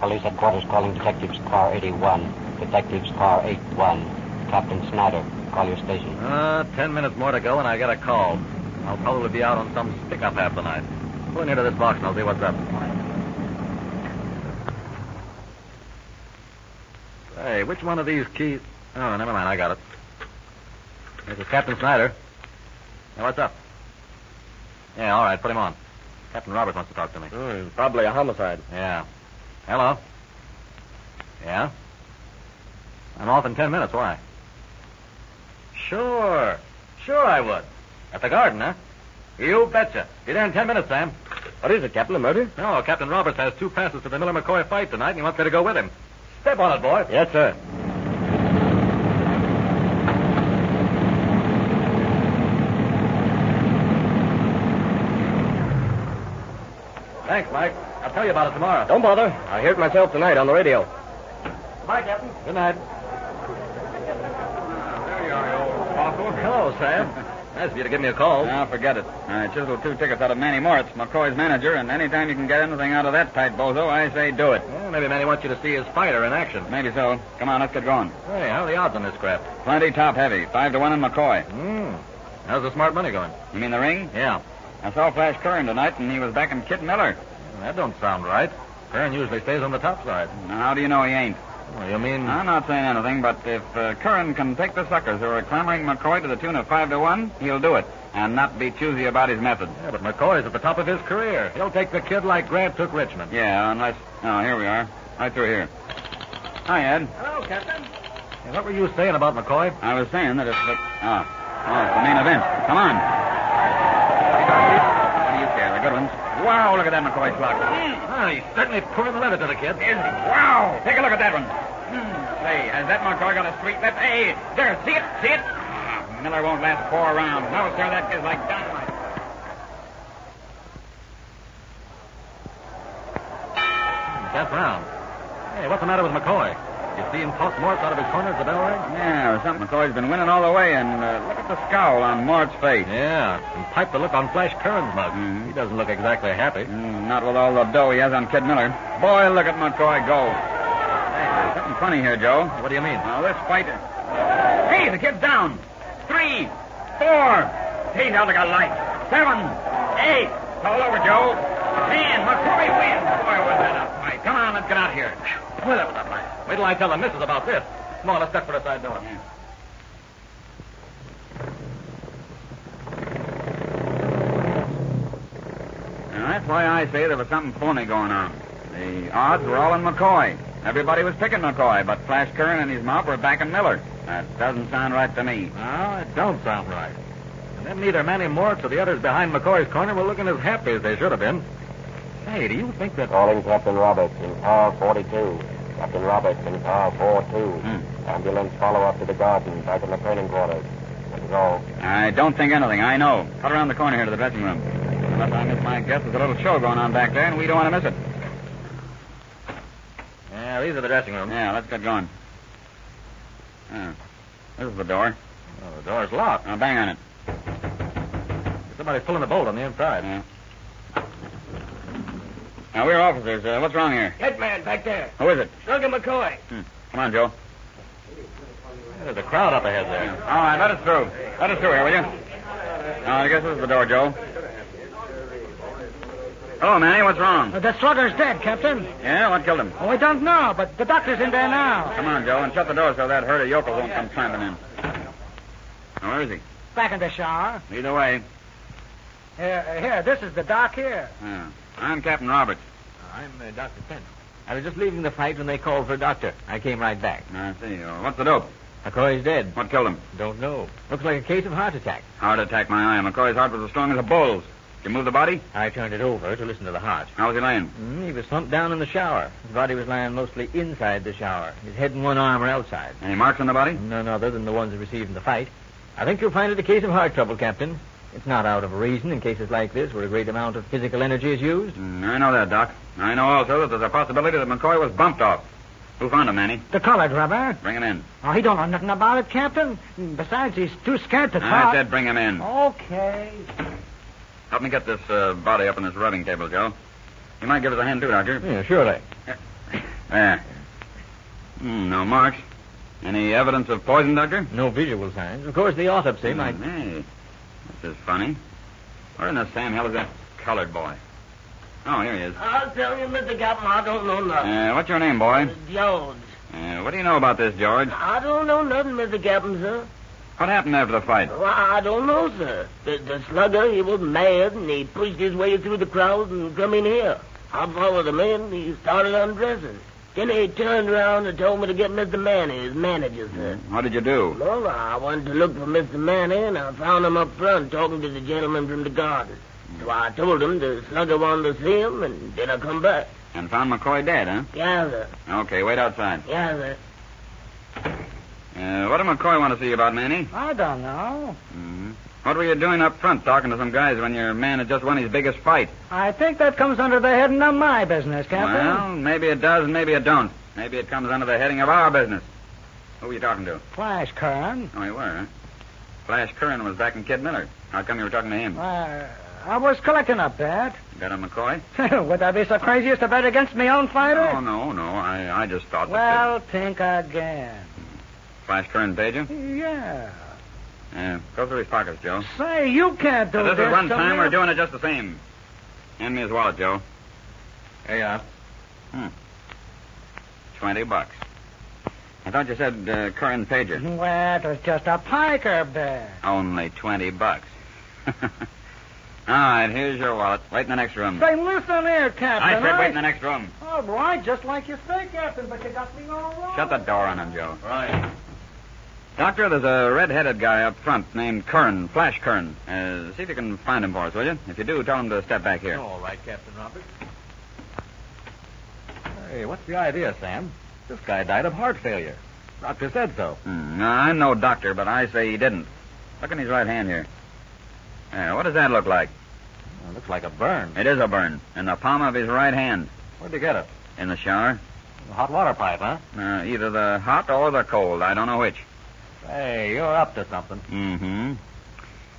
Police headquarters calling detectives car 81, detectives car 81. Captain Snyder, call your station. Uh, ten minutes more to go, and I got a call. I'll probably be out on some stick-up half the night. Go in here to this box, and I'll see what's up. Hey, which one of these keys? Oh, never mind. I got it. This is Captain Snyder. Now, what's up? Yeah, all right. Put him on. Captain Roberts wants to talk to me. Hmm, probably a homicide. Yeah. Hello. Yeah? I'm off in ten minutes. Why? Sure. Sure I would. At the garden, huh? You betcha. Be there in ten minutes, Sam. What is it, Captain? A murder? No, Captain Roberts has two passes to the Miller McCoy fight tonight, and he wants me to go with him. Step on it, boy. Yes, sir. Thanks, Mike. I'll tell you about it tomorrow. Don't bother. I hear it myself tonight on the radio. Bye, Captain. Good night. There you are, you old fossil. Hello, Sam. nice of you to give me a call. Now, forget it. I chiseled Uh, two tickets out of Manny Moritz, McCoy's manager, and any time you can get anything out of that tight bozo, I say do it. Well, maybe Manny wants you to see his fighter in action. Maybe so. Come on, let's get going. Hey, how are the odds on this crap? Plenty top heavy. Five to one in McCoy. Hmm. How's the smart money going? You mean the ring? Yeah. I saw Flash Curran tonight, and he was backing Kit Miller. That don't sound right. Kern usually stays on the top side. Now, how do you know he ain't? Well, you mean? I'm not saying anything, but if uh, Curran can take the suckers who are clamoring McCoy to the tune of five to one, he'll do it, and not be choosy about his methods. Yeah, but McCoy's at the top of his career. He'll take the kid like Grant took Richmond. Yeah, unless. Oh, here we are. Right through here. Hi, Ed. Hello, Captain. what were you saying about McCoy? I was saying that if. But, oh. oh, it's the main event. Come on. What do you care? The good ones. Wow, look at that McCoy clock. Ah, he's certainly pouring leather to the kid. Hmm. Is he? Wow! Take a look at that one. Hmm, Say, has that McCoy got a street left? Hey, there, see it? See it? Ah, Miller won't last four rounds. No, sir, that is like dynamite. That's round. Hey, what's the matter with McCoy? You see him toss Morse out of his corner as the bell rang? Yeah, or something. McCoy's been winning all the way, and uh, look at the scowl on Mart's face. Yeah, and pipe the look on Flash Curran's mug. Mhm. He doesn't look exactly happy. Mm, not with all the dough he has on Kid Miller. Boy, look at McCoy go. Hey, there's something funny here, Joe. What do you mean? Now, this fight. Hey, the kid's down. Three, four. He's out like a light. Seven, eight. It's all over, Joe. Man, McCoy wins. Boy, was that a fight. Come on, let's get out of here. Well, that was a fight. Wait till I tell the missus about this. Come on, let's duck for the side door. Now, that's why I say there was something phony going on. The odds were all in McCoy. Everybody was picking McCoy, but Flash Curran and his mob were backing Miller. That doesn't sound right to me. No, it don't sound right. And then neither Manny Moritz or the others behind McCoy's corner were looking as happy as they should have been. Hey, do you think that... Calling Captain Roberts in car 42. Captain Roberts in car 42. Hmm. Ambulance follow-up to the garden, back in the training quarters. That is all. I don't think anything. I know. Cut around the corner here to the dressing room. Unless I miss my guess, there's a little show going on back there, and we don't want to miss it. Yeah, Yeah, these are the dressing rooms. Yeah, let's get going. Oh, this is the door. Oh, the door's locked. Now bang on it. Somebody's pulling the bolt on the inside. Yeah. Now, we're officers. Uh, what's wrong here? Head man back there. Who is it? Duncan McCoy. Hmm. Come on, Joe. Yeah, There's a crowd up ahead All there. right, let us through. Let us through here, will you? Uh, I guess this is the door, Joe. Hello, Manny. What's wrong? Uh, The slugger's dead, Captain. Yeah, what killed him? Oh, we don't know, but the doctor's in there now. Come on, Joe, and shut the door so that herd of yokels won't come tramping in. Now, where is he? Back in the shower. Either way. Here, uh, here, this is the doc here. Yeah. I'm Captain Roberts. I'm uh, Dr. Penn. I was just leaving the fight when they called for a doctor. I came right back. I see. Uh, What's the dope? McCoy's dead. What killed him? Don't know. Looks like a case of heart attack. Heart attack, my eye. McCoy's heart was as strong as a bull's. Did you move the body? I turned it over to listen to the heart. How was he laying? Mm, he was slumped down in the shower. His body was lying mostly inside the shower. His head and one arm were outside. Any marks on the body? None other than the ones he received in the fight. I think you'll find it a case of heart trouble, Captain. It's not out of reason in cases like this where a great amount of physical energy is used. Mm, I know that, Doc. I know also that there's a possibility that McCoy was bumped off. Who found him, Manny? The colored rubber. Bring him in. Oh, he don't know nothing about it, Captain. Mm, Besides, he's too scared Ah, to I talk. said bring him in. Okay. Help me get this uh, body up on this rubbing table, Joe. You might give us a hand, too, Doctor. Yeah, surely. There. Hmm, no marks. Any evidence of poison, Doctor? No visual signs. Of course, the autopsy Hmm, might. Hey, this is funny. Where in the Sam hell is that colored boy? Oh, here he is. I'll tell you, Mr. Captain, I don't know nothing. Uh, what's your name, boy? Jones. Uh, what do you know about this, George? I don't know nothing, Mr. Captain, sir. What happened after the fight? Well, I don't know, sir. The, the slugger, he was mad, and he pushed his way through the crowd and come in here. I followed him in, and he started undressing. Then he turned around and told me to get Mr. Manny, his manager, sir. What did you do? Well, I went to look for Mr. Manny, and I found him up front talking to the gentleman from the garden. So I told him the slugger wanted to see him, and then I come back. And found McCoy dead, huh? Yeah, sir. Okay, wait outside. Yeah, sir. Uh, what did McCoy want to see you about, Manny? I don't know. hmm What were you doing up front talking to some guys when your man had just won his biggest fight? I think that comes under the heading of my business, Captain. Well, maybe it does and maybe it don't. Maybe it comes under the heading of our business. Who were you talking to? Flash Kern. Oh, you were, huh? Flash Curran was back in Kid Miller. How come you were talking to him? Well, I was collecting up that. You Got a McCoy? Would I be so crazy as to bet against me own fighter? Oh, no, no. I, I just thought that Well, think again. uh, Flash Curran paid you. Yeah. Uh, go through his pockets, Joe. Say, you can't do Now, this this is one to time me. we're doing it just the same. Hand me his wallet, Joe. There you are. Hmm. Twenty bucks. I thought you said uh, Curran paid you. Mm-hmm. Mm, Well, it was just a piker bet. Only twenty bucks. All right, here's your wallet. Wait in the next room. Say, listen here, Captain. Um, I said wait in the next room. All right, just like you say, Captain, but you got me all wrong. Shut the door on him, Joe. Right. Doctor, there's a red-headed guy up front named Curran, Flash Curran. Uh, see if you can find him for us, will you? If you do, tell him to step back here. All right, Captain Roberts. Hey, what's the idea, Sam? This guy died of heart failure. Doctor said so. Hmm, now, I'm no doctor, but I say he didn't. Look in his right hand here. Yeah, what does that look like? Well, looks like a burn. It is a burn in the palm of his right hand. Where'd you get it? In the shower? A hot water pipe, huh? Uh, either the hot or the cold. I don't know which. Hey, you're up to something. Mm-hmm.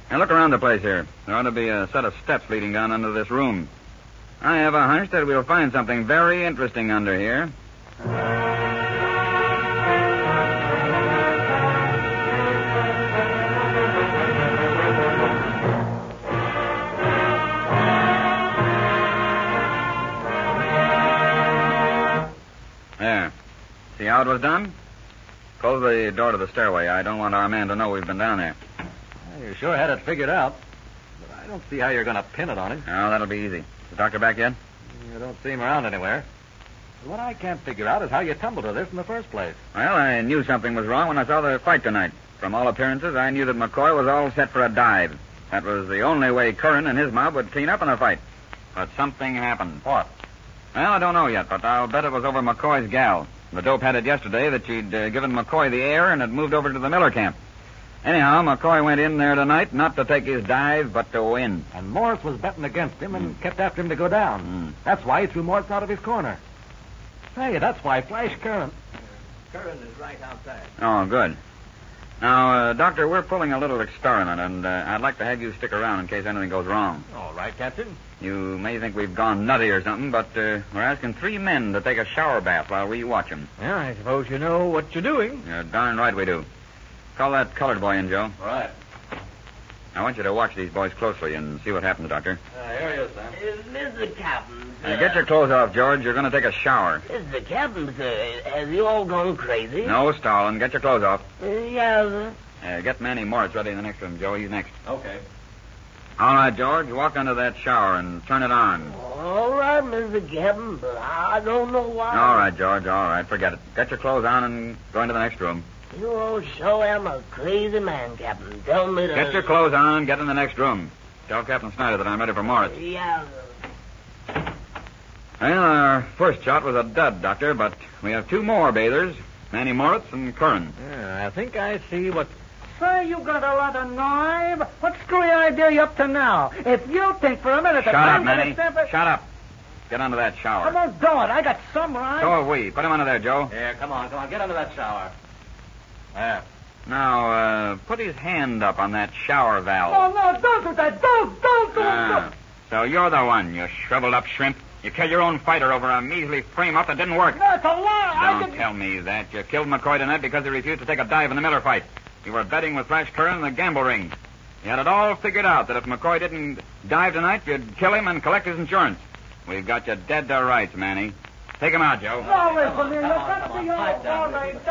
Now look around the place here. There ought to be a set of steps leading down under this room. I have a hunch that we'll find something very interesting under here. There. See how it was done? Close the door to the stairway. I don't want our man to know we've been down there. Well, you sure had it figured out. But I don't see how you're going to pin it on him. Oh, that'll be easy. The doctor back yet? You don't see him around anywhere. What I can't figure out is how you tumbled to this in the first place. Well, I knew something was wrong when I saw the fight tonight. From all appearances, I knew that McCoy was all set for a dive. That was the only way Curran and his mob would clean up in a fight. But something happened. What? Well, I don't know yet, but I'll bet it was over McCoy's gal. The dope had it yesterday that she'd uh, given McCoy the air and had moved over to the Miller camp. Anyhow, McCoy went in there tonight not to take his dive, but to win. And Morris Hmm. was betting against him and kept after him to go down. Hmm. That's why he threw Morris out of his corner. Hey, that's why flash current. Oh, good. Now, uh, Doctor, we're pulling a little experiment, and uh, I'd like to have you stick around in case anything goes wrong. All right, Captain. You may think we've gone nutty or something, but uh, we're asking three men to take a shower bath while we watch them. Yeah, I suppose you know what you're doing. You're darn right we do. Call that colored boy in, Joe. All right. I want you to watch these boys closely and see what happens, Doctor. Ah, here he is, Sam. Mr. Uh, Captain, sir. Now, get your clothes off, George. You're going to take a shower. Mr. Captain, sir, has uh, you all gone crazy? No stalling. Get your clothes off. Uh, yeah, sir. Uh, get Manny Morris ready in the next room, Joe. He's next. Okay. All right, George. Walk under that shower and turn it on. All right, Mr. Captain, but I don't know why. All right, George. All right. Forget it. Get your clothes on and go into the next room. You all show am a crazy man, Captain. Tell me to... Get your clothes on and get in the next room. Tell Captain Snyder that I'm ready for Morris. Yeah, sir. Well, our first shot was a dud, Doctor, but we have two more bathers Manny Moritz and Curran. Yeah, I think I see what. Say, you got a lot of nerve. What screwy idea you up to now? If you think for a minute Shut that up, I'm Manny. gonna step it... Shut up. Get under that I shower. won't do it. I got some right. So have we. Put him under there, Joe. Yeah, come on, come on. Get under that shower. There. Now, uh, put his hand up on that shower Oh, valve. no, don't do that. Don't, don't, don't, Ah, so you're the one, you shriveled up shrimp. You killed your own fighter over a measly frame up that didn't work. don't. No, it's a lie. I Don't can... tell me that. You killed McCoy tonight because he refused to take a dive in the Miller fight. You were betting with Flash Curran in the gamble ring. You had it all figured out that if McCoy didn't dive tonight, you'd kill him and collect his insurance. We've got you dead to rights, Manny. Take him out, Joe. No, listen, you got to be all right.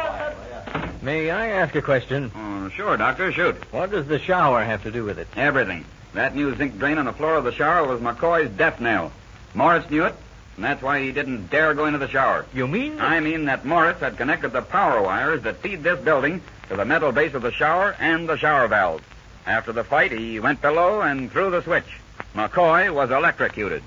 Don't- May I ask a question? Oh, sure, Doctor. Shoot. What does the shower have to do with it? Everything. That new zinc drain on the floor of the shower was McCoy's death knell. Morris knew it, and that's why he didn't dare go into the shower. You mean? I mean that Morris had connected the power wires that feed this building to the metal base of the shower and the shower valve. After the fight, he went below and threw the switch. McCoy was electrocuted.